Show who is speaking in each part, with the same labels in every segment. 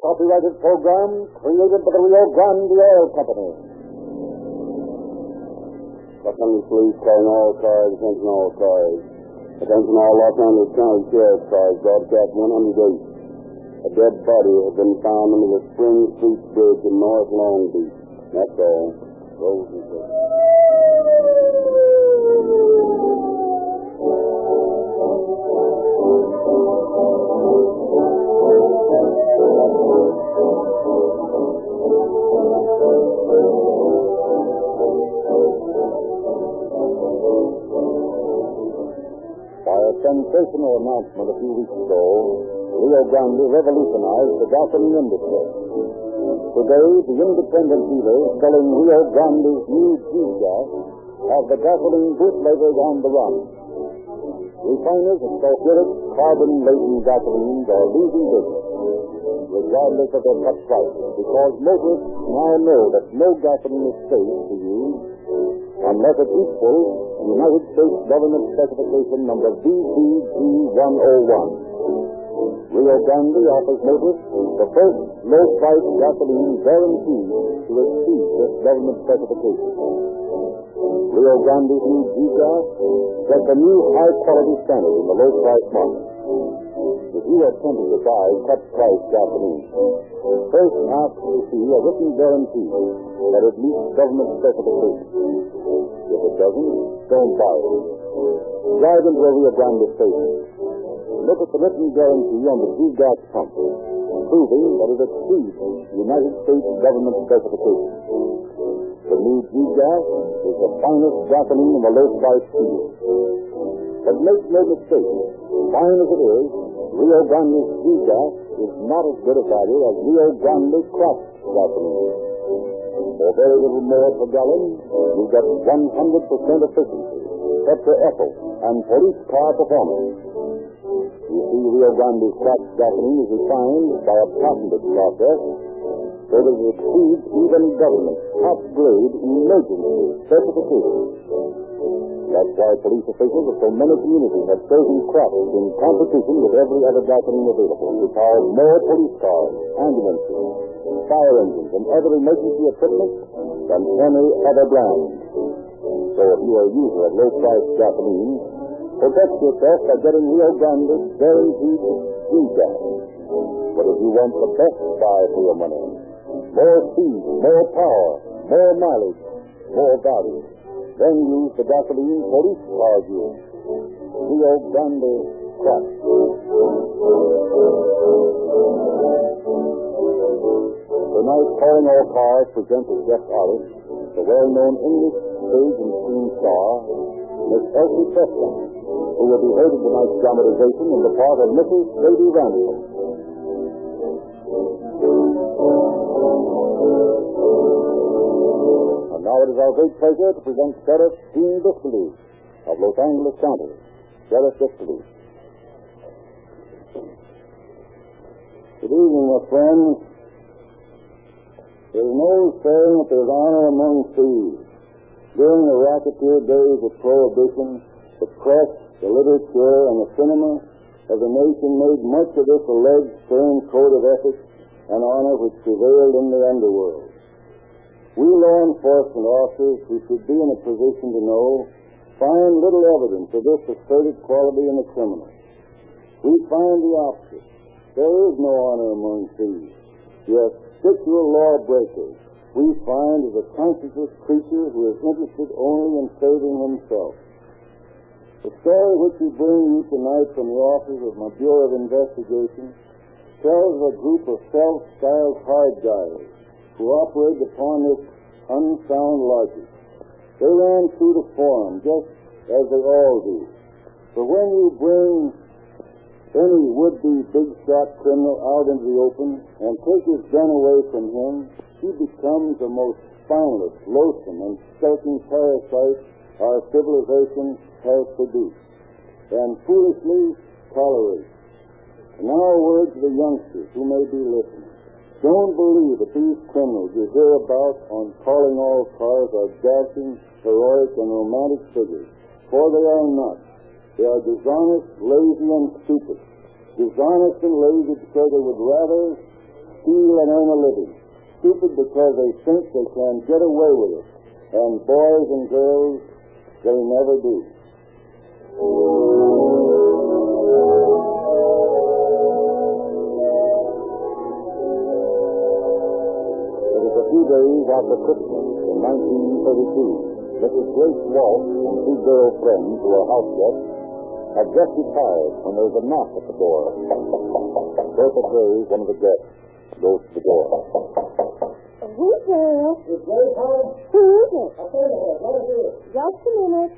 Speaker 1: copyrighted program created by the Rio Grande Oil Company.
Speaker 2: Los Angeles Police calling all cars, attention all cars. Attention all Los Angeles County Sheriff's cars, broadcast 108. A dead body has been found under the Spring Street Bridge in North Long Beach. That's all. Rose and Rose.
Speaker 1: By a sensational announcement a few weeks ago, Rio Grande revolutionized the gasoline industry. Today, the independent dealers selling Rio Grande's new G-Gas have the gasoline bootleggers on the run. Refiners of sulfuric, carbon-laden gasolines are losing business, regardless of their cut prices, because motorists now know that no gasoline is safe to use unless it equals United States Government Specification Number BCG 101. Rio Grande offers motorists the first low-priced gasoline guaranteed to exceed this government specification. Rio Grande's new G-Gas sets a new high-quality standard in the low-price market. If you are tempted to buy cut-price gasoline, first ask to see a written guarantee that it meets government specifications. If it doesn't, don't buy it. Drive into a Rio Grande station. Look at the written guarantee on the blue gas pump, proving that it exceeds United States government specifications. The new G-Gas is the finest gasoline in the low price field. But make no mistake, fine as it is, Rio Grande's G-Gas is not as good a value as Rio Grande Craft gasoline. For very little more per gallon, you get 100% efficiency, better effort, and police car performance. You see, Rio Grande's crack gasoline is refined by a patented process so that it exceeds even government top grade emergency certification. That's why police officials of so many communities have chosen crack in competition with every other gasoline available to power more police cars, ambulances, fire engines, and other emergency equipment than any other brand. So if you are a user of low-priced gasoline, protect yourself by getting Rio Grande guaranteed free gas. But if you want the best buy for your money, more speed, more power, more mileage, more value, then use the gasoline police cars use. Rio Grande Crush. Tonight, Calling All Cars presents as guest artist the well-known English stage and screen star, Miss Elsie Preston, who will be heard in tonight's dramatization in the part of Mrs. Sadie Randall. And now it is our great pleasure to present Sheriff Dean Distleys of Los Angeles County. Sheriff Distleys. Good evening, my friends. There's no saying that there's honor among thieves. During the racketeer days of Prohibition, the press, the literature, and the cinema of the nation made much of this alleged same code of ethics and honor which prevailed in the underworld. We law enforcement officers who should be in a position to know find little evidence of this asserted quality in the criminal. We find the opposite. There is no honor among thieves. Yes, habitual lawbreakers we find is a conscientious creature who is interested only in saving himself. The story which we bring you tonight from the office of my Bureau of Investigation tells of a group of self-styled hard guys who operated upon this unsound logic. They ran through the form just as they all do. But when you bring any would-be big shot criminal out into the open and take his gun away from him, he becomes the most spineless, loathsome, and skulking parasite our civilization has produced, and foolishly tolerates. Now, a word to the youngsters who may be listening. Don't believe that these criminals you hear about on calling all cars are dashing, heroic, and romantic figures, for they are not. They are dishonest, lazy, and stupid. Dishonest and lazy because they would rather
Speaker 3: steal and earn a living. Stupid because they think they can get away with it. And boys and girls, they never do. It is a few days after Christmas in 1932. Mrs. Grace Walsh and two girlfriends who are house guests had just retired when there was a knock at the door. Bertha Graves, one of the guests, goes to the door.
Speaker 4: Who's there?
Speaker 1: Is Grace home?
Speaker 4: Who is it?
Speaker 1: I'll tell you what, let her do it.
Speaker 4: Just a minute.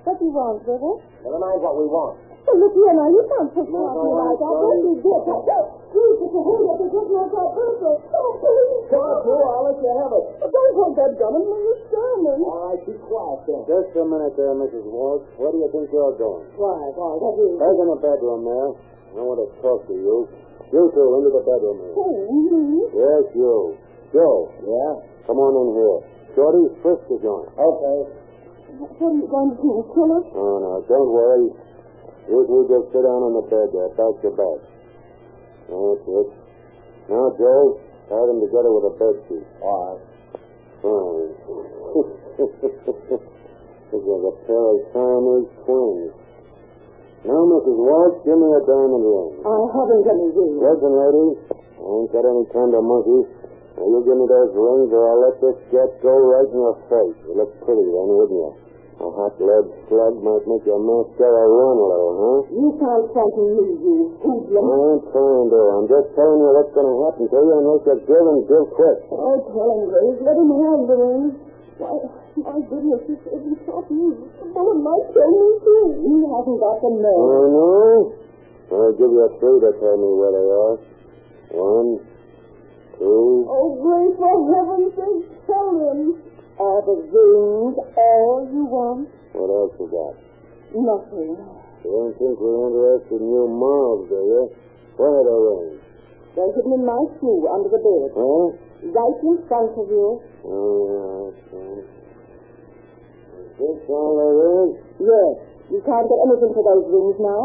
Speaker 4: What do you want, River?
Speaker 1: Never mind what we want.
Speaker 4: Hey, look here now. You can't push
Speaker 1: No,
Speaker 4: me out
Speaker 1: no,
Speaker 4: here
Speaker 1: I'm
Speaker 4: like that.
Speaker 1: sorry.
Speaker 4: Don't be bitter. Please, if you hurry up, they're taking out that birthday. Oh, please.
Speaker 1: I'll let you have it.
Speaker 4: Don't hold that gun and leave it standing.
Speaker 1: All right, be quiet then. Just a minute there, Mrs. Walsh. Where do you think you're going?
Speaker 4: Why, why, that is...
Speaker 1: Back in the bedroom there. I want to talk to you. You two, into the bedroom here.
Speaker 4: Hey, me?
Speaker 1: Yes, you. Joe. Yeah? Come on in here. Shorty's frisk is on.
Speaker 3: Okay.
Speaker 4: What are you going to do, kill us?
Speaker 1: Oh, no, don't worry. You two just sit down on the bed there, back to back. That's it. Now, Joe, tie them together with a bed sheet.
Speaker 3: All right.
Speaker 1: Oh. this is a pair of Siamese twins. Now, Mrs. Walsh, give me a diamond ring.
Speaker 4: I haven't any ring.
Speaker 1: Listen, lady, I ain't got any time to monkey. Now, you give me those rings or I'll let this jet go right in your face. You look pretty then, wouldn't you? A hot lead slug might make your mascara run a little, huh?
Speaker 4: You can't frighten me, you
Speaker 1: I
Speaker 4: hoodlum.
Speaker 1: ain't trying to. I'm just telling you what's going to happen to you unless you give and give quick.
Speaker 4: Oh, tell him, Grace. Let him have the ring. Why, my goodness, this isn't shot you. The bullet might kill me, too. He hasn't got the
Speaker 1: I
Speaker 4: nerve.
Speaker 1: know. I'll give you three to tell me where they are. One, two.
Speaker 4: Oh, Grace, for heaven's sake, tell him. Are the rings all you want?
Speaker 1: What else you got?
Speaker 4: Nothing.
Speaker 1: You don't think we're interested in your mobs, do you? Where are they in?
Speaker 4: They're hidden in my shoe under the bed,
Speaker 1: Huh?
Speaker 4: right in front of you.
Speaker 1: Oh, yeah, okay. Is this all there is?
Speaker 4: Yes, you can't get anything for those rings now.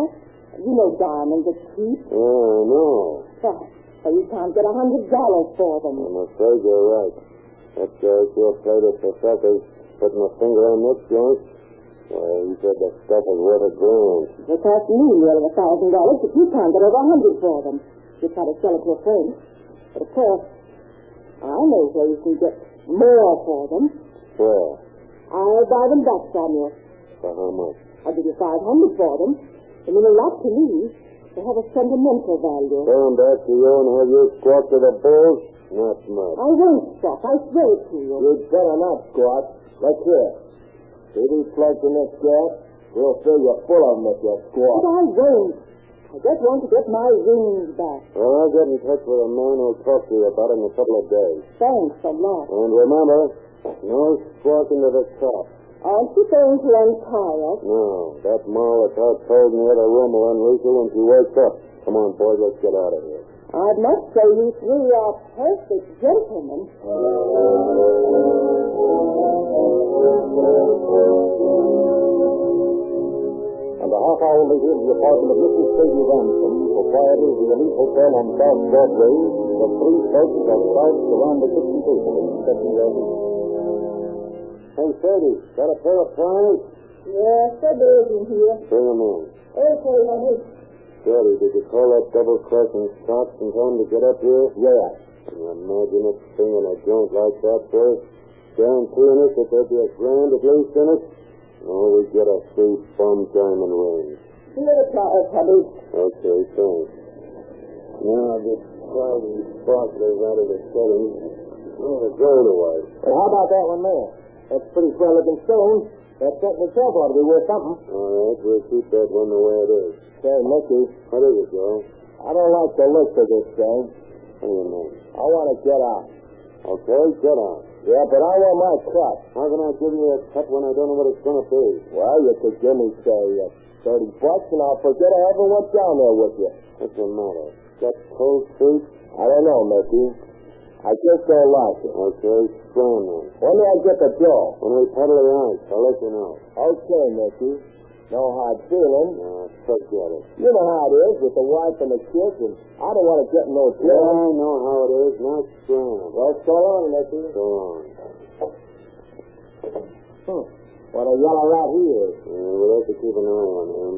Speaker 4: You know diamonds are cheap.
Speaker 1: Yeah, I know.
Speaker 4: Why, so you can't get a hundred dollars for them.
Speaker 1: I'm afraid you're right. That's uh, it's your plate of professors putting a finger on this joint. Well, he said the stuff is worth a grand.
Speaker 4: They "Hmm, cost me nearly a thousand dollars, but you can't get over a hundred for them. You try to sell it to a friend. But of course, I know where you can get more for them.
Speaker 1: Well,
Speaker 4: I'll buy them back from you.
Speaker 1: for how much?
Speaker 4: I'll give you five hundred for them. They mean a lot to me. They have a sentimental value.
Speaker 1: Pay them back to you and have you squawk to the bulls? Not much.
Speaker 4: I won't stop. I swear it to you.
Speaker 1: You'd better not squawk. Look here. If you plug in this gas, we'll fill you full of them if you
Speaker 4: But
Speaker 1: squawk.
Speaker 4: I won't. I just want to get my rings back.
Speaker 1: Well, I'll get in touch with a man who'll talk to you about it in a couple of days.
Speaker 4: Thanks a lot.
Speaker 1: And remember, no squawking to the top.
Speaker 4: Aren't you going to untie us?
Speaker 1: No, that moll that's out cold in the other room will unleash her when she wakes up. Come on, boys, let's get out of here.
Speaker 4: I must say you three are perfect gentlemen.
Speaker 3: And a half hour later, in the apartment of Mrs. Sadie Ransom, proprietor of the Elite Hotel on South Broadway, the three folks are crouched around the kitchen table inspecting their meal.
Speaker 1: Hey, Sadie, got a pair of pliers?
Speaker 4: Yes, there is in here.
Speaker 1: Bring 'em in.
Speaker 4: Okay, honey.
Speaker 1: Sadie, did you call that double crossing stocks in time to get up here?
Speaker 3: Yeah.
Speaker 1: Can you imagine it singing a joint like that, boys? Guaranteeing us that there'd be a grand at least in it? Oh, we get a free bum diamond ring.
Speaker 4: Here it is, honey.
Speaker 1: Okay, thanks. Now this crazy sparklers out of the setting. Oh, the gold away.
Speaker 3: Well, how about that one there? That's pretty swell looking stone. That set in itself ought to be worth something.
Speaker 1: All right, we'll keep that one the way it is.
Speaker 3: Say, Mickey,
Speaker 1: How does it go?
Speaker 3: I don't like the look of this thing.
Speaker 1: How do you mean?
Speaker 3: I want to get out.
Speaker 1: Okay, get out.
Speaker 3: Yeah, but I want my cut.
Speaker 1: How can I give you a cut when I don't know what it's going to be?
Speaker 3: Well, you could give me, say, uh, 30 bucks, and I'll forget I ever went down there with you.
Speaker 1: What's the matter? Got cold feet?
Speaker 3: I don't know, Mickey. I just don't like it.
Speaker 1: Okay, strong then.
Speaker 3: When do I get the bill?
Speaker 1: When we paddle the ice, I'll let you know.
Speaker 3: Okay, Mickey.
Speaker 4: No hard feelings.
Speaker 1: Now, forget it.
Speaker 4: You know how it is with the wife and the kids, and I don't want to get no
Speaker 1: Yeah,
Speaker 4: trouble.
Speaker 1: I know how it is. Now, stand.
Speaker 4: Well, so long, Nicky.
Speaker 1: So long.
Speaker 4: What a yellow rat he is.
Speaker 1: Uh, we'll have to keep an eye on him.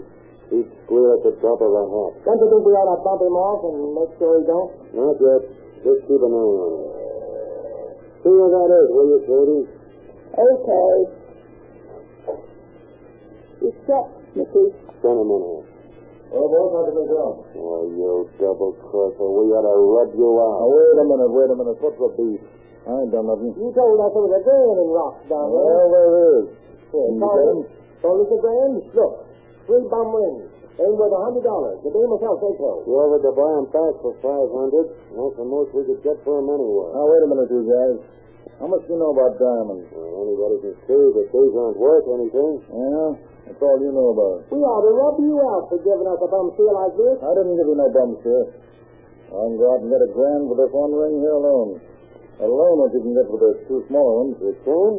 Speaker 1: He's clear at the top of the hat.
Speaker 4: Don't you think we ought to bump him off and make sure he don't?
Speaker 1: Not yet. Just keep an eye on him. See where that is, will you, Katie?
Speaker 5: Okay. It's set, Mickey.
Speaker 1: Send him in here.
Speaker 4: Well, both have to be wrong.
Speaker 1: Oh, you double crosser. We ought to rub you
Speaker 3: Now,
Speaker 1: out.
Speaker 3: wait a minute, wait a minute. What's the beef? I ain't done nothing.
Speaker 4: You told us there was a grand in rocks down there.
Speaker 3: there is.
Speaker 4: Here,
Speaker 3: you
Speaker 4: call
Speaker 3: get
Speaker 4: it- Call this a grand? Look, three bum rings. They worth a hundred dollars. The dame herself said so.
Speaker 1: You offered to buy him back for 500. That's the most we could get for him anyway.
Speaker 3: Now, wait a minute, you guys. How much do you know about diamonds?
Speaker 1: Well, anybody can see that these aren't worth anything.
Speaker 3: Yeah? That's all you know about it.
Speaker 4: We ought to rub you out for giving us a bum steal like this.
Speaker 3: I didn't give you no bum, sir. I'm go out and get a grand for this one ring here alone. Alone what you can get for those two small ones.
Speaker 1: You can?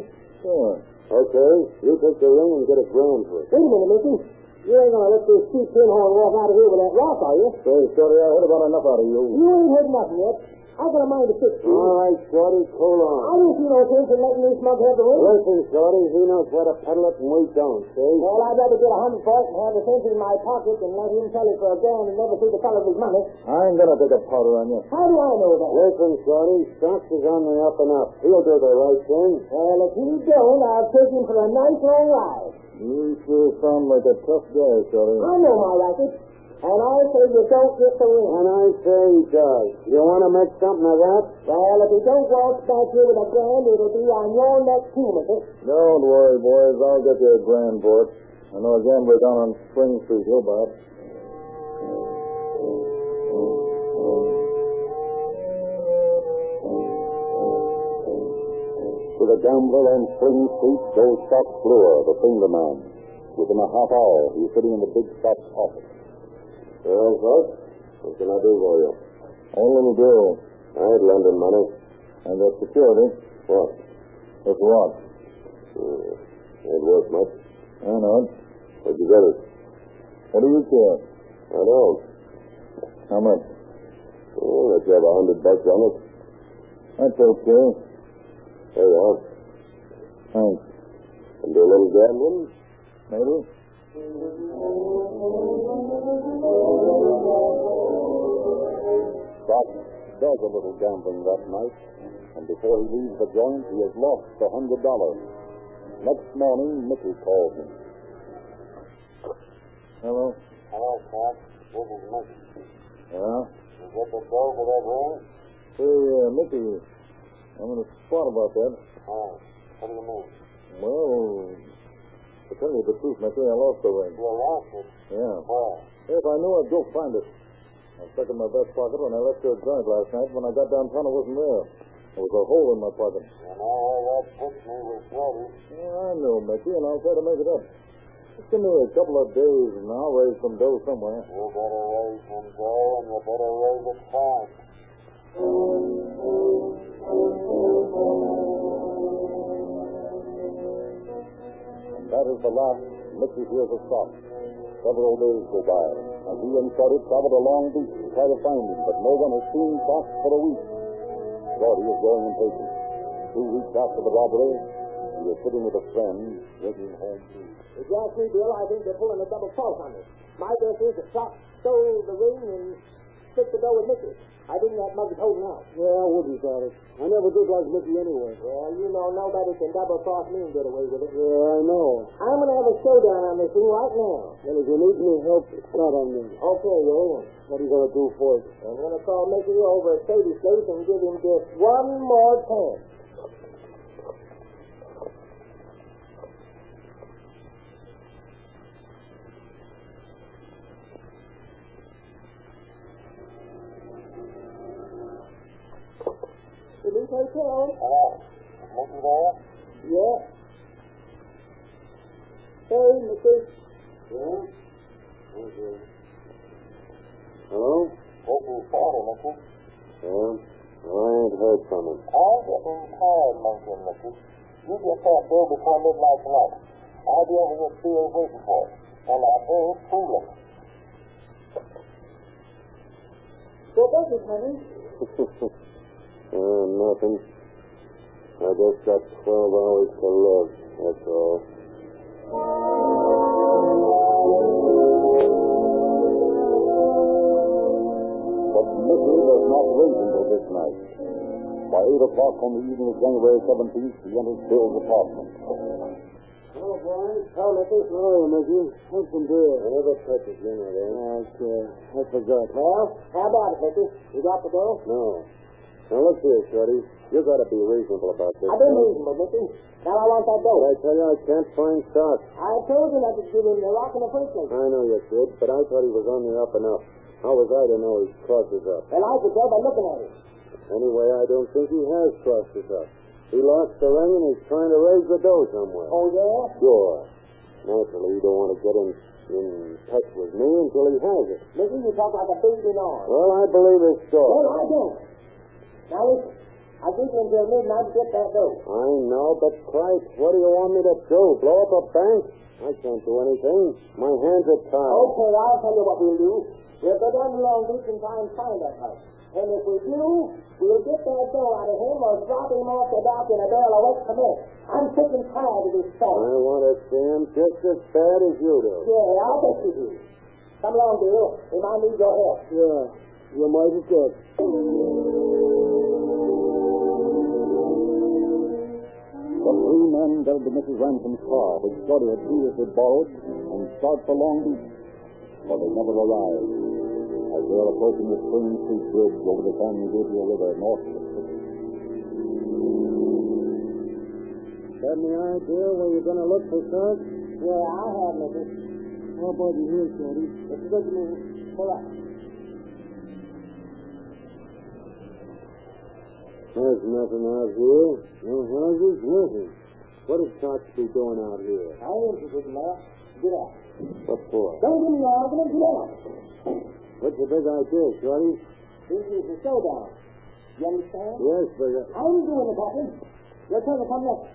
Speaker 3: Sure.
Speaker 1: Okay, you take the ring and get a grand for it.
Speaker 4: Wait a minute, Mickey. You ain't gonna let this cheap pinhorn walk out of here with that rock, are you?
Speaker 3: Say, Shorty, I heard about enough out of you.
Speaker 4: You ain't heard nothing yet. I got a mind to fix you.
Speaker 1: All right, Shorty, hold on.
Speaker 4: I don't see no sense in letting this mug have the ring.
Speaker 1: Listen, Shorty, he knows where to peddle it and we don't, see?
Speaker 4: Well, I'd rather get a hundred for it and have the sense in my pocket than let him sell it for a grand and never see the color of his money.
Speaker 3: I ain't gonna take a powder on you.
Speaker 4: How do I know that?
Speaker 1: Listen, Shorty, Stocks is on the up and up. He'll do the right thing.
Speaker 4: Well, if he don't, I'll take him for a nice long ride.
Speaker 3: You sure sound like a tough guy, Shorty.
Speaker 4: I know my racket. And I say you don't get the ring.
Speaker 1: And I say he does. You want to make something of that?
Speaker 4: Well, if you don't walk back here with a grand, it'll be on your neck too, Mrs.
Speaker 3: Don't worry, boys. I'll get you a grand for it. I know a gambler down on Spring Street. He'll buy it.
Speaker 1: To the gambler on Spring Street goes Doc Fleur, the finger man. Within a half hour, he's sitting in the big shop's office. Well, Doc, what can I do for you?
Speaker 3: Only little girl.
Speaker 1: I'd lend him money.
Speaker 3: And the security.
Speaker 1: What?
Speaker 3: This rock.
Speaker 1: Hmm. Ain't worth much.
Speaker 3: I know it.
Speaker 1: Where'd you get it?
Speaker 3: What do you care?
Speaker 1: I don't.
Speaker 3: How much?
Speaker 1: Oh, let you have a hundred bucks on it.
Speaker 3: That's okay.
Speaker 1: There you are.
Speaker 3: Thanks.
Speaker 1: And do a little gambling?
Speaker 3: Maybe.
Speaker 1: Doc does a little gambling that night, and before he leaves the joint, he has lost the hundred dollars. Next morning, Mickey calls him.
Speaker 3: Hello.
Speaker 1: Hello, Doc. This is Mickey.
Speaker 3: Yeah?
Speaker 1: You get the dough for that ring?
Speaker 3: Hey, uh, Mickey, I'm in a spot about that.
Speaker 1: Oh, what do you mean?
Speaker 3: Well, to tell you the truth, Mickey, I lost the ring.
Speaker 1: You lost it.
Speaker 3: Yeah.
Speaker 1: Where?
Speaker 3: If I knew, I'd go find it. I stuck it in my vest pocket when I left your joint last night. When I got downtown, it wasn't there. There was a hole in my pocket.
Speaker 1: You know where that puts me with Freddy.
Speaker 3: Yeah, I know, Mickey, and I'll try to make it up. Just give me a couple of days, and I'll raise some dough somewhere.
Speaker 1: You better raise him dough, and you better raise it fast.
Speaker 3: That is the last Mickey hears of Scott. Several days go by, and he and Shorty travel to Long Beach to try to find him, but no one has seen Scott for a week. Shorty is growing impatient. Two weeks after the robbery, he is sitting with a friend, drinking home tea.
Speaker 4: If you ask me, Bill, I think they're pulling a double false on us. My guess is that Fox stole the ring and split the dough with Mickey. I think that mug is holding out.
Speaker 3: Yeah, I would be sorry. I never did like Mickey anyway.
Speaker 4: Well, you know nobody can double cross me and get away with it.
Speaker 3: Yeah, I know.
Speaker 4: I'm going to have a showdown on this thing right now.
Speaker 3: Well, if you need me help, it's not on me.
Speaker 4: Okay, you in.
Speaker 3: What are you going to do for it?
Speaker 4: I'm going to call Mickey over at Sadie's place and give him just one more chance. Did he take care?
Speaker 1: Hello. Is Mickey there?
Speaker 4: Yeah. Hey, Mickey.
Speaker 1: Yeah? Okay. Hello?
Speaker 6: Mickey Fatty, Mickey.
Speaker 1: Yeah? Well, I ain't heard from him.
Speaker 6: I'm getting tired, Monkey and Mickey. You get that bill before midnight tonight. I'll be over here at 3 waiting for it.
Speaker 7: and are very foolish.
Speaker 4: What was it, honey?
Speaker 1: oh, nothing. I just got 12 hours to live, that's all.
Speaker 3: But misery does not wait until this night. By 8 o'clock on the evening of January 17th, he enters Bill's apartment.
Speaker 1: Hello, boys. How Missy? How are you, Missy? What's been doing? I never touched it, you know that. Okay. I forgot. Well, how about it, Missy? You got the bill? No. Now, look here, Shorty. You gotta be reasonable about this.
Speaker 4: I've been reasonable, Missy. Now I want that
Speaker 1: Did
Speaker 4: dough.
Speaker 1: I tell you I can't find Doc?
Speaker 4: I told you not to give him the rock in the first place.
Speaker 1: I know you did, but I thought he was on the up and up. How was I to know he crossed us up?
Speaker 4: Well, I could tell by looking at him.
Speaker 1: Anyway, I don't think he has crossed us up. He lost the ring and he's trying to raise the dough somewhere.
Speaker 4: Oh, yeah?
Speaker 1: Sure. Naturally, you don't want to get in, in touch with me until he has it.
Speaker 4: Missy, you talk like a baby now.
Speaker 1: Well, I believe it's
Speaker 4: Well,
Speaker 1: sure.
Speaker 4: I don't. Now listen, I think until midnight to get that dough.
Speaker 1: I know, but Christ, what do you want me to do? Blow up a bank? I can't do anything. My hands are tied.
Speaker 4: Okay, I'll tell you what we'll do. We'll go down to Long Beach and try and find that house. And if we do, we'll get that dough out of him or drop him off the dock in a barrel of wet cement. I'm sick and tired of this stuff.
Speaker 1: I want to see him just as bad as you do.
Speaker 4: Yeah, I'll bet you do. Come along, dear. We might need your help.
Speaker 1: Yeah, you might as well.
Speaker 3: The three men go to Mrs. Ransom's car, which Shorty had previously borrowed, and start for Long Beach. But they never arrive. As they are approaching the Spring Creek Bridge over the San Gabriel River north of the city.
Speaker 1: Got any idea where you're going to look for Doc?
Speaker 4: Yeah, I have, Oh, Mrs.
Speaker 1: How about you here, Shorty?
Speaker 4: If you go to me, pull up.
Speaker 1: There's nothing out here. No houses, nothing. What is Doc be doing out here?
Speaker 4: I ain't interested in that. Get out.
Speaker 1: What for?
Speaker 4: Don't give me your argument. Get out.
Speaker 1: What's your big idea, Shorty?
Speaker 4: This is a showdown. You understand?
Speaker 1: Yes, but... Uh,
Speaker 4: I ain't doing it, Captain. Your turn to come next.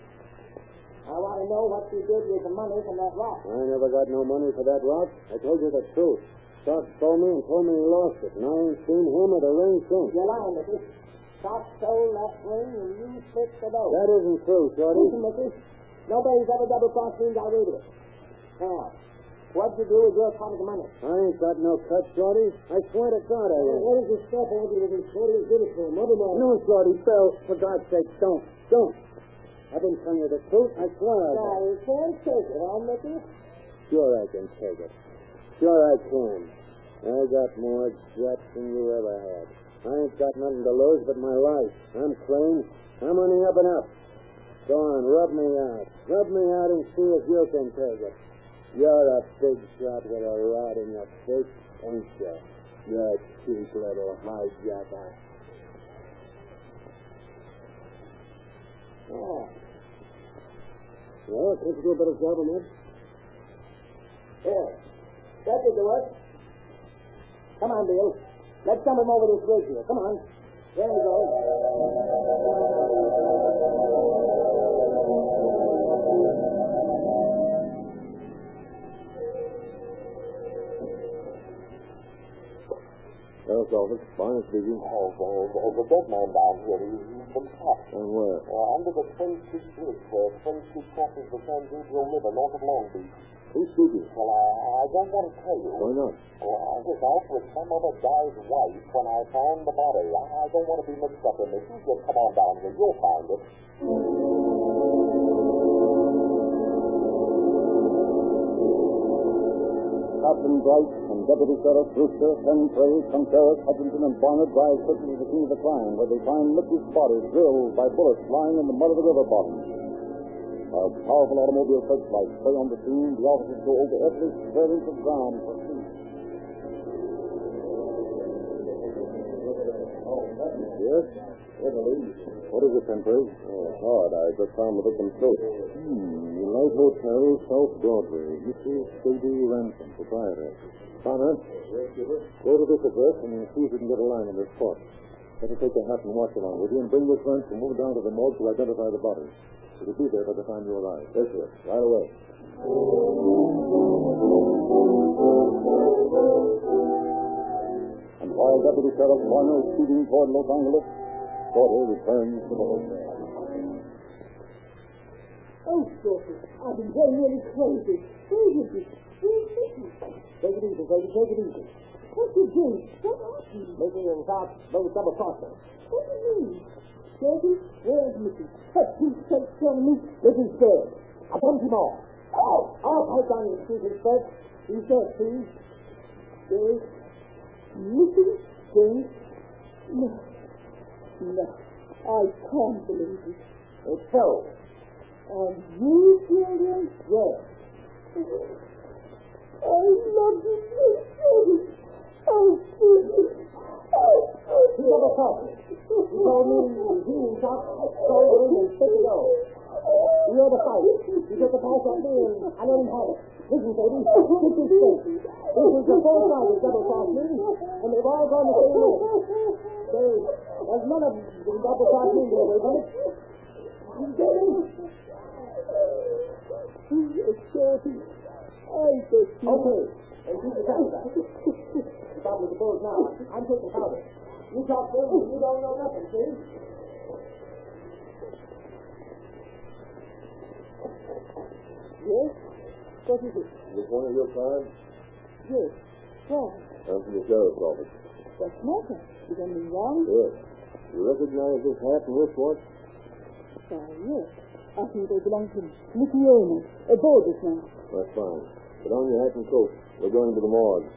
Speaker 4: I want to know what you did with the money from that rock.
Speaker 1: I never got no money for that rock. I told you the truth. Doc stole me and told me he lost it, and I ain't seen him or the ring since.
Speaker 4: You're lying, Missy. Doc stole that ring and you fixed the dough.
Speaker 1: That isn't true, Shorty.
Speaker 4: Listen, Missy. Nobody's ever double crossed me and got away with it. Now, what'd you do with your part of the money?
Speaker 1: I ain't got no cut, Shorty. I swear to God I ain't.
Speaker 4: is this stuff on you with Shorty's uniform? Never mind.
Speaker 1: No, Shorty, Bill, for God's sake, don't. Don't. I've been telling you the truth. I swear I
Speaker 4: Now,
Speaker 1: have.
Speaker 4: you can't take it, huh, Missy?
Speaker 1: Sure I can take it. Sure I can. I got more guts than you ever had. I ain't got nothing to lose but my life. I'm clean. I'm on the up and up. Go on, rub me out. Rub me out and see if you can take it. You're a big shot with a rod in your face, ain't you? You cheap little hijacker.
Speaker 4: Yeah.
Speaker 1: Oh. Well, can't you do a better job on that?
Speaker 4: Yeah. That did the work. Come on, Bill. Let's dump him over this bridge here. Come on. There he goes.
Speaker 3: Sheriff's office, Barnes speaking.
Speaker 7: Oh, there's, there's a dead man down here. He's, he's been shot.
Speaker 3: And where?
Speaker 7: Uh, under the 10 Creek Bridge, where 10 Creek crosses the San Gabriel River north of Long Beach.
Speaker 3: Who's speaking?
Speaker 7: Well, I, I don't want to tell you.
Speaker 3: Why not?
Speaker 7: Well, I was out with some other guy's wife when I found the body. I, I don't want to be mixed up in this. You just come on down here. You'll find it.
Speaker 3: Captain Bright and Deputy Sheriff Brewster, Fentrell, Contreras, Hutchinson, and Barnard drive quickly to the scene of the crime, where they find Mickey's body drilled by bullets lying in the mud of the river bottom. A powerful automobile searchlight play on the scene. The officers go over every square inch of ground for clues.
Speaker 1: Yes?
Speaker 3: What is it, Fentrell?
Speaker 1: Oh, hard. I just found the victim's face.
Speaker 3: Hmm, Light Hotel, South Broadway. Mrs. Sadie Ransom, proprietor.
Speaker 1: Connor, go to this address and see if you can get a line on this spot.
Speaker 3: Let me take your hat and watch along with you and bring this lunch and move down to the morgue to identify the body. It'll be there by the time you arrive.
Speaker 1: Yes, sir.
Speaker 3: Right away. And while Deputy Sheriff Warner is speeding toward Los Angeles, Porter returns to the hotel.
Speaker 8: Oh, Dorothy, I've been going nearly crazy. Where is it? Where is it?
Speaker 4: Take it easy, baby. Take it easy.
Speaker 8: What you doing? What happened?
Speaker 4: Mickey and Pop, those double crossers.
Speaker 8: What do you mean? Dorothy, where is Mickey? What you said from me?
Speaker 4: Mickey's dead. I dumped him off. Oh, I'll pipe down the street instead. He's dead, see?
Speaker 8: There's Mickey? James? No. No. I can't believe it.
Speaker 4: It's so. Ờ,
Speaker 8: And you, children?
Speaker 4: Yes.
Speaker 8: I love you, Dorothy. Oh, Dorothy. Oh, Dorothy.
Speaker 4: He double crossed me. He told me he and Pop stole the ring and fit to go. We had a fight. He took the pass on me and I let him have it. Listen, baby, this is straight. This is the fourth time he's double crossed me, and they've all gone the same way. They, there's none of them double crossed me, do they, baby? Okay, and you decide that. Stop with the bulls now. I'm taking powder. You talk to him, you don't know nothing, see?
Speaker 8: Yes? What is it?
Speaker 1: Is one of your cards?
Speaker 8: Yes. Why?
Speaker 1: I'm from the sheriff's office.
Speaker 8: What's the matter? Is anything wrong?
Speaker 1: Yes. You recognize this hat and wristwatch?
Speaker 8: Why, yes. I think they belong to Mickey Owen, a bogus man.
Speaker 1: That's fine. Put on your hat and coat. We're going to the morgue.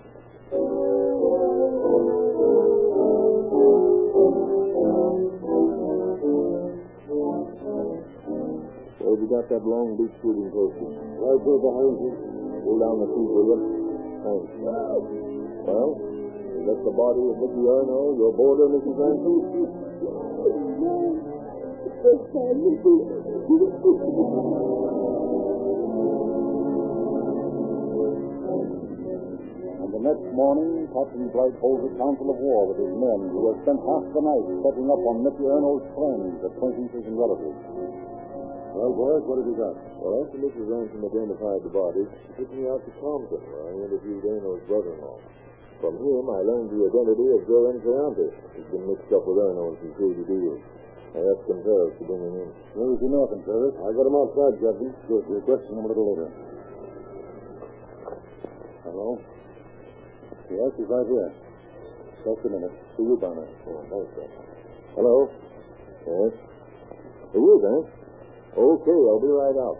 Speaker 1: Where'd you got that long beach shooting posted? Right here behind you. Pull down the seat, will you? Thanks. Well, is that the body of Mickey Arno, your boarder, Mrs. Anson?
Speaker 3: And the next morning, Captain Blake holds a council of war with his men who have spent half the night setting up on Mickey Arnold's friends, acquaintances, and relatives.
Speaker 1: Well, boys, what have you got? Well, after Mrs. Ransom identified the body, she took me out to Compton, where I interviewed Arnold's brother-in-law. From him, I learned the identity of Joe Enfriante. He's been mixed up with Arnold in some crazy deals. I asked Contreras to bring him in.
Speaker 3: Where's your Norton, Sheriff?
Speaker 1: I got him outside, Captain.
Speaker 3: Good. We'll question him a little later. Hello? Yes, he's right here. Just a minute. To you, Bonner.
Speaker 1: Oh, thanks, sir.
Speaker 3: Hello?
Speaker 1: Yes? It is, huh? Okay, I'll be right out.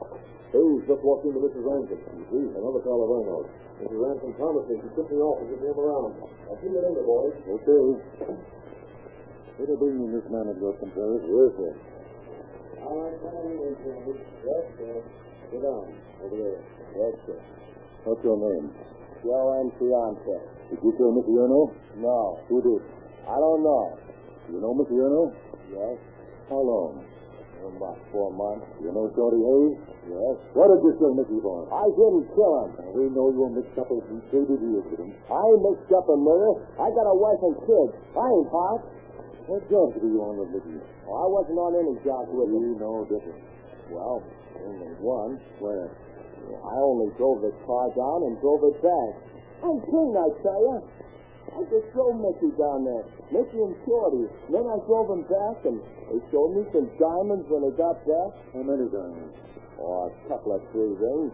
Speaker 1: Hayes just walked into Mrs. Ransom. You see, another call of Arnold. Mrs. Ransom promised me she took me off and get him around. I'll see you later, boys.
Speaker 3: Okay. Will you bring me this man of yours, Contreras?
Speaker 1: Yes, sir.
Speaker 7: Yes, sir.
Speaker 1: Sit down. Over there.
Speaker 7: Yes, sir.
Speaker 3: What's your name?
Speaker 7: Joe and Fiance.
Speaker 3: Did you kill Miss Yerno?
Speaker 7: No,
Speaker 3: Who did?
Speaker 7: I don't know.
Speaker 3: You know Miss Yerno?
Speaker 7: Yes,
Speaker 3: How long?
Speaker 7: in about four months.
Speaker 3: You know Shorty Hayes?
Speaker 7: Yes.
Speaker 3: What did you kill Mickey for?
Speaker 7: I didn't kill him.
Speaker 3: We know you were mixed up with some shady deals with him.
Speaker 7: I ain't mixed up in murder. I got a wife and kids. I ain't hot.
Speaker 3: What job did you on with Mickey?
Speaker 7: Well, I wasn't on any jobs with him.
Speaker 3: We know different.
Speaker 7: Well, only one.
Speaker 3: Where?
Speaker 7: I only drove the car down and drove it back. I didn't, I tell you. I just drove Mickey down there, Mickey and Shorty. Then I drove him back, and they showed me some diamonds when I got back.
Speaker 3: How many times?
Speaker 7: Oh, a couple of three rings.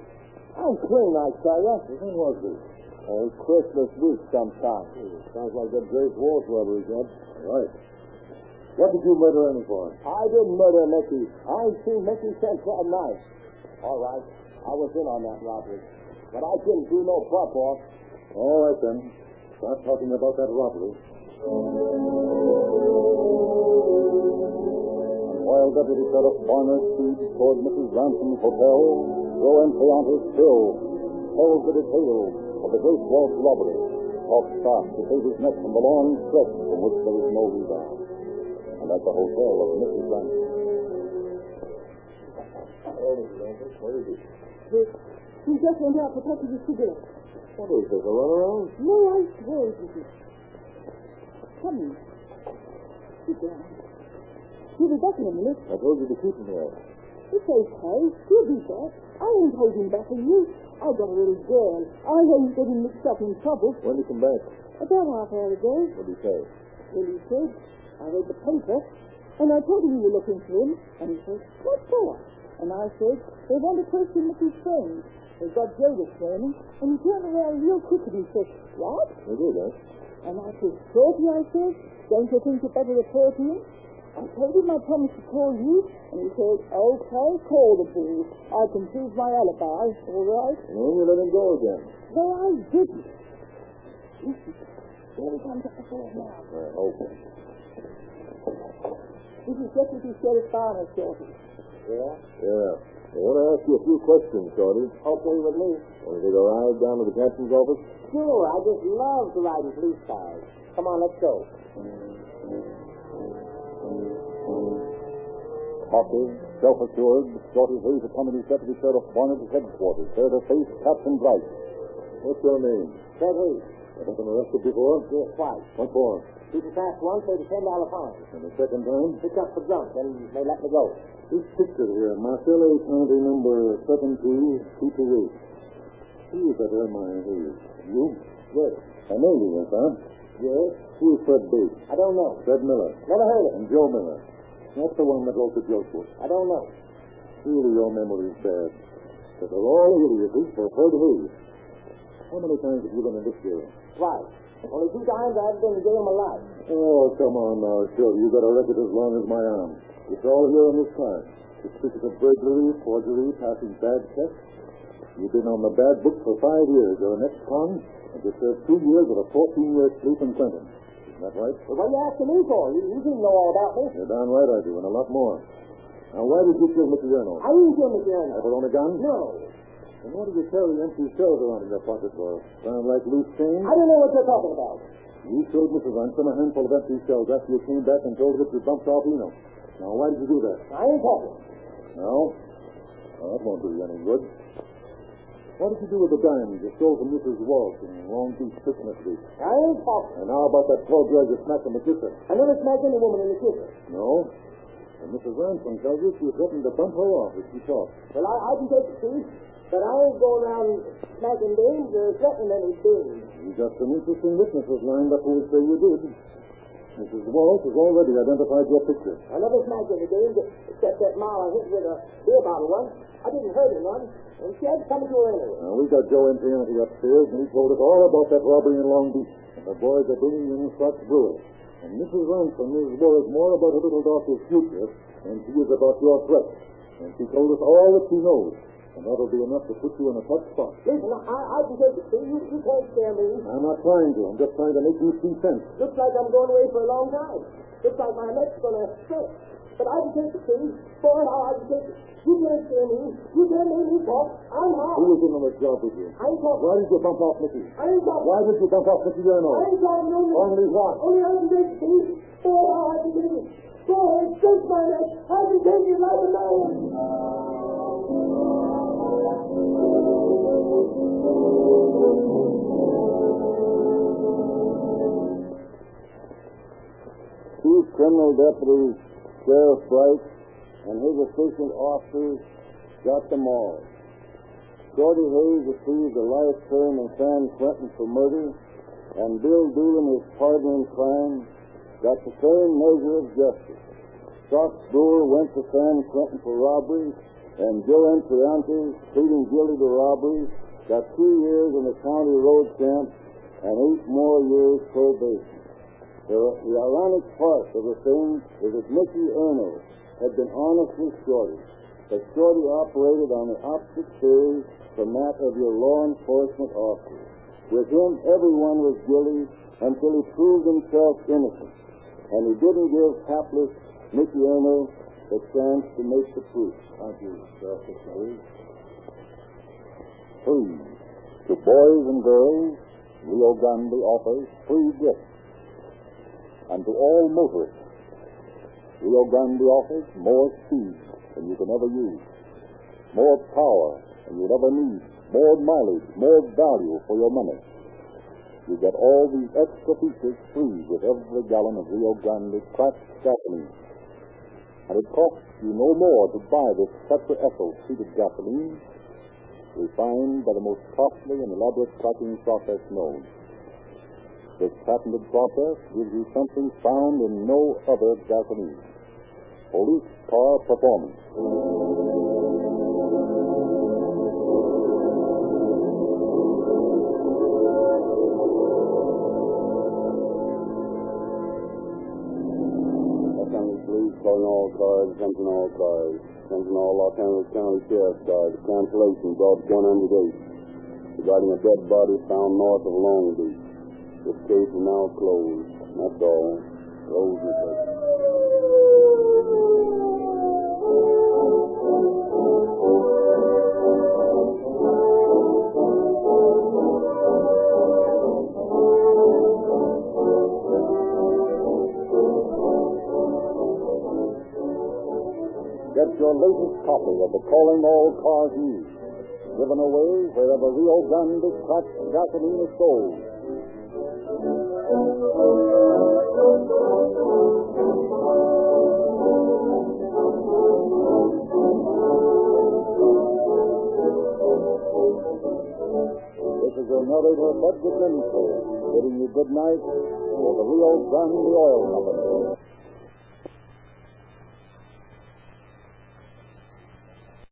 Speaker 7: I'm clean, I tell you.
Speaker 3: When was this? Oh,
Speaker 7: On Christmas week sometime.
Speaker 1: Sounds like that Grace Walsh robbery, Cap.
Speaker 3: Right. What did you murder him for?
Speaker 7: I didn't murder Mickey. I ain't seen Mickey since that night. All right, I was in on that robbery. But I didn't do no bump off.
Speaker 3: All right, then. Start talking about that robbery. While Deputy Sheriff Warner speeds toward Mrs. Ransom's hotel, Joe Enfriante still tells the details of the Great Walsh robbery, talks fast to save his neck from the long stretch from which there is no rebound, and at the hotel of Mrs. Ransom.
Speaker 1: Hello, Mrs. Ransom. What is it?
Speaker 8: He just went out for touching his cigarette.
Speaker 1: What is this, a runaround?
Speaker 8: No, I swear it isn't. Come in. Sit down. You'll be back in a minute.
Speaker 1: I told you to keep him here.
Speaker 9: It's okay. He'll be back. I ain't holding back on you. I got a little girl. I ain't getting mixed up in trouble.
Speaker 3: When he come back,
Speaker 9: About half hour ago,
Speaker 3: what do you say?
Speaker 9: when he said, I read the paper, and I told him you were looking for him, and he said, what for? And I said, they want to take him with his friends. They've got yoga training, and he turned around real quick and he said, what?
Speaker 3: He did, huh?
Speaker 9: And I said, Shorty, I said, don't you think you'd better report him? I told him I promised to call you, and he said, okay, call the police. I can prove my alibi, all right?
Speaker 3: And then you let him go again.
Speaker 9: No, I didn't. Listen, here he comes up the door now.
Speaker 3: I hope.
Speaker 9: This is Deputy Sheriff Barnes, Shorty.
Speaker 4: Yeah?
Speaker 3: Yeah. I want to ask you a few questions, Shorty.
Speaker 4: Okay with me.
Speaker 3: Want to take a ride down to the captain's office?
Speaker 4: Sure, I just love to ride in police cars. Come on, let's go.
Speaker 10: Haughty, self-assured, Shorty Hayes accompanied Deputy Sheriff Barnett to headquarters, there to face Captain Bright.
Speaker 3: What's your name?
Speaker 4: Fred Hayes,
Speaker 3: Ever been arrested before?
Speaker 4: yes, twice.
Speaker 3: What for?
Speaker 4: People pass once, they ten dollar fine.
Speaker 3: And the second time?
Speaker 4: Pick up for junk, then they let me go.
Speaker 3: This picture here, Marcello County number 72228. Who is that Hermione Hayes? You?
Speaker 4: Yes,
Speaker 3: I know you, yes, huh?
Speaker 4: yes.
Speaker 3: Who is Fred Bates?
Speaker 4: I don't know.
Speaker 3: Fred Miller.
Speaker 4: Never heard of him.
Speaker 3: And Joe Miller. That's the one that wrote the joke book.
Speaker 4: I don't know.
Speaker 3: Really, your memory is bad. But they're all idiots for Fred Hayes. How many times have you been in this jail?
Speaker 4: Twice. Only two times I've been in jail my life.
Speaker 3: Oh, come on now, sure. You got a record as long as my arm. It's all here in this car. Suspicious of burglary, forgery, passing bad checks. You've been on the bad book for five years. You're an ex-con, and you served two years with a 14-year sleep in Clinton. Isn't that right?
Speaker 4: Well, what are you asking me for? You, you didn't know all about me.
Speaker 3: You're darn right I do, and a lot more. Now, why did you kill Mr. Yerno?
Speaker 4: I didn't kill Miss Yerno.
Speaker 3: Ever own a gun?
Speaker 4: No.
Speaker 3: And why did you carry empty shells around in your pocket for? Sound like loose change?
Speaker 4: I don't know what you're talking about.
Speaker 3: You showed Mrs. Ransom a handful of empty shells after you came back and told her that you bumped off Eno. Now, why did you do that?
Speaker 4: I ain't talking.
Speaker 3: No? Well, that won't do you any good. What did you do with the diamonds you stole from Mrs. Walsh in Long Beach Christmas week?
Speaker 4: I ain't talking.
Speaker 3: And how about that poor girl you smacked in the kisser?
Speaker 4: I never smacked any woman in the kitchen.
Speaker 3: No? And Mrs. Ransom tells you she threatened to bump her off if she talked.
Speaker 4: Well, I, I can take the truth, but I ain't going around smacking dames or threatening any dames.
Speaker 3: You got some interesting witnesses lined up who would say you did. Mrs. Walsh has already identified your picture.
Speaker 4: I never smacked any dames except that mile I hit with a beer bottle once. I didn't hurt anyone, and she had to come to her anyway.
Speaker 3: Now, we got Joe Impianti upstairs, and he told us all about that robbery in Long Beach. And the boys are bringing in Scotch Brewer. And Mrs. Ransom is worried more about her little daughter's future than she is about your threat. And she told us all that she knows. And that'll be enough to put you in a tough spot.
Speaker 4: Listen, I, I can take the truth. You, you can't scare me.
Speaker 3: I'm not trying to. I'm just trying to make you see sense.
Speaker 4: Looks like I'm going away for a long time. Looks like my neck's gonna split. But I can take the thing. For it all, I can take it. You can't scare me. You can't make me talk. I'm
Speaker 3: Who
Speaker 4: hot.
Speaker 3: was in on the job with you?
Speaker 4: I ain't talking.
Speaker 3: Why did you bump off Mickey?
Speaker 4: I ain't talking.
Speaker 3: Why did you bump off
Speaker 4: I
Speaker 3: Mickey Yarno?
Speaker 4: ain't talking no more.
Speaker 3: Only one.
Speaker 4: Only I can take the thing. For it all, I can take it. Go ahead, shake my neck. I can take it like a man.
Speaker 11: Two criminal deputies, Sheriff Bright, and his official officers got them all. Shorty Hayes received a life term in San Quentin for murder, and Bill Doolin, his partner in crime, got the same measure of justice. Scott Brewer went to San Quentin for robbery, and Joe Entriante, pleading guilty to robbery, got two years in the county road camp and eight more years probation. The, the ironic part of the thing is that Mickey Erno had been honest with Shorty, but Shorty operated on the opposite theory from that of your law enforcement officer. With him, everyone was guilty until he proved himself innocent, and he didn't give hapless Mickey Erno the chance to make the proof.
Speaker 3: Thank you, Sheriff Fitzgerald.
Speaker 10: Free. To boys and girls, Rio Grande offers free gifts. And to all motorists, Rio Grande offers more speed than you can ever use, more power than you'll ever need, more mileage, more value for your money. You get all these extra features free with every gallon of Rio Grande cracked gasoline.
Speaker 3: and it costs you no more to buy this sulfur ethyl treated gasoline, refined by the most costly and elaborate cracking process known. This patented process gives you something found in no other gasoline. Police Car Performance.
Speaker 1: Los Angeles Police calling all cars, attention all cars. Attention all Los Angeles County Sheriff's cars. Cancellation brought 108 regarding a dead body found north of Long Beach. This case is now closed. That's all. Closed report.
Speaker 3: Get your latest copy of the Calling All Cars News, given away wherever Rio Grande cracked gasoline is sold. This is your narrator, Budget Lindsay, bidding you good night for the Rio Grande Oil Company.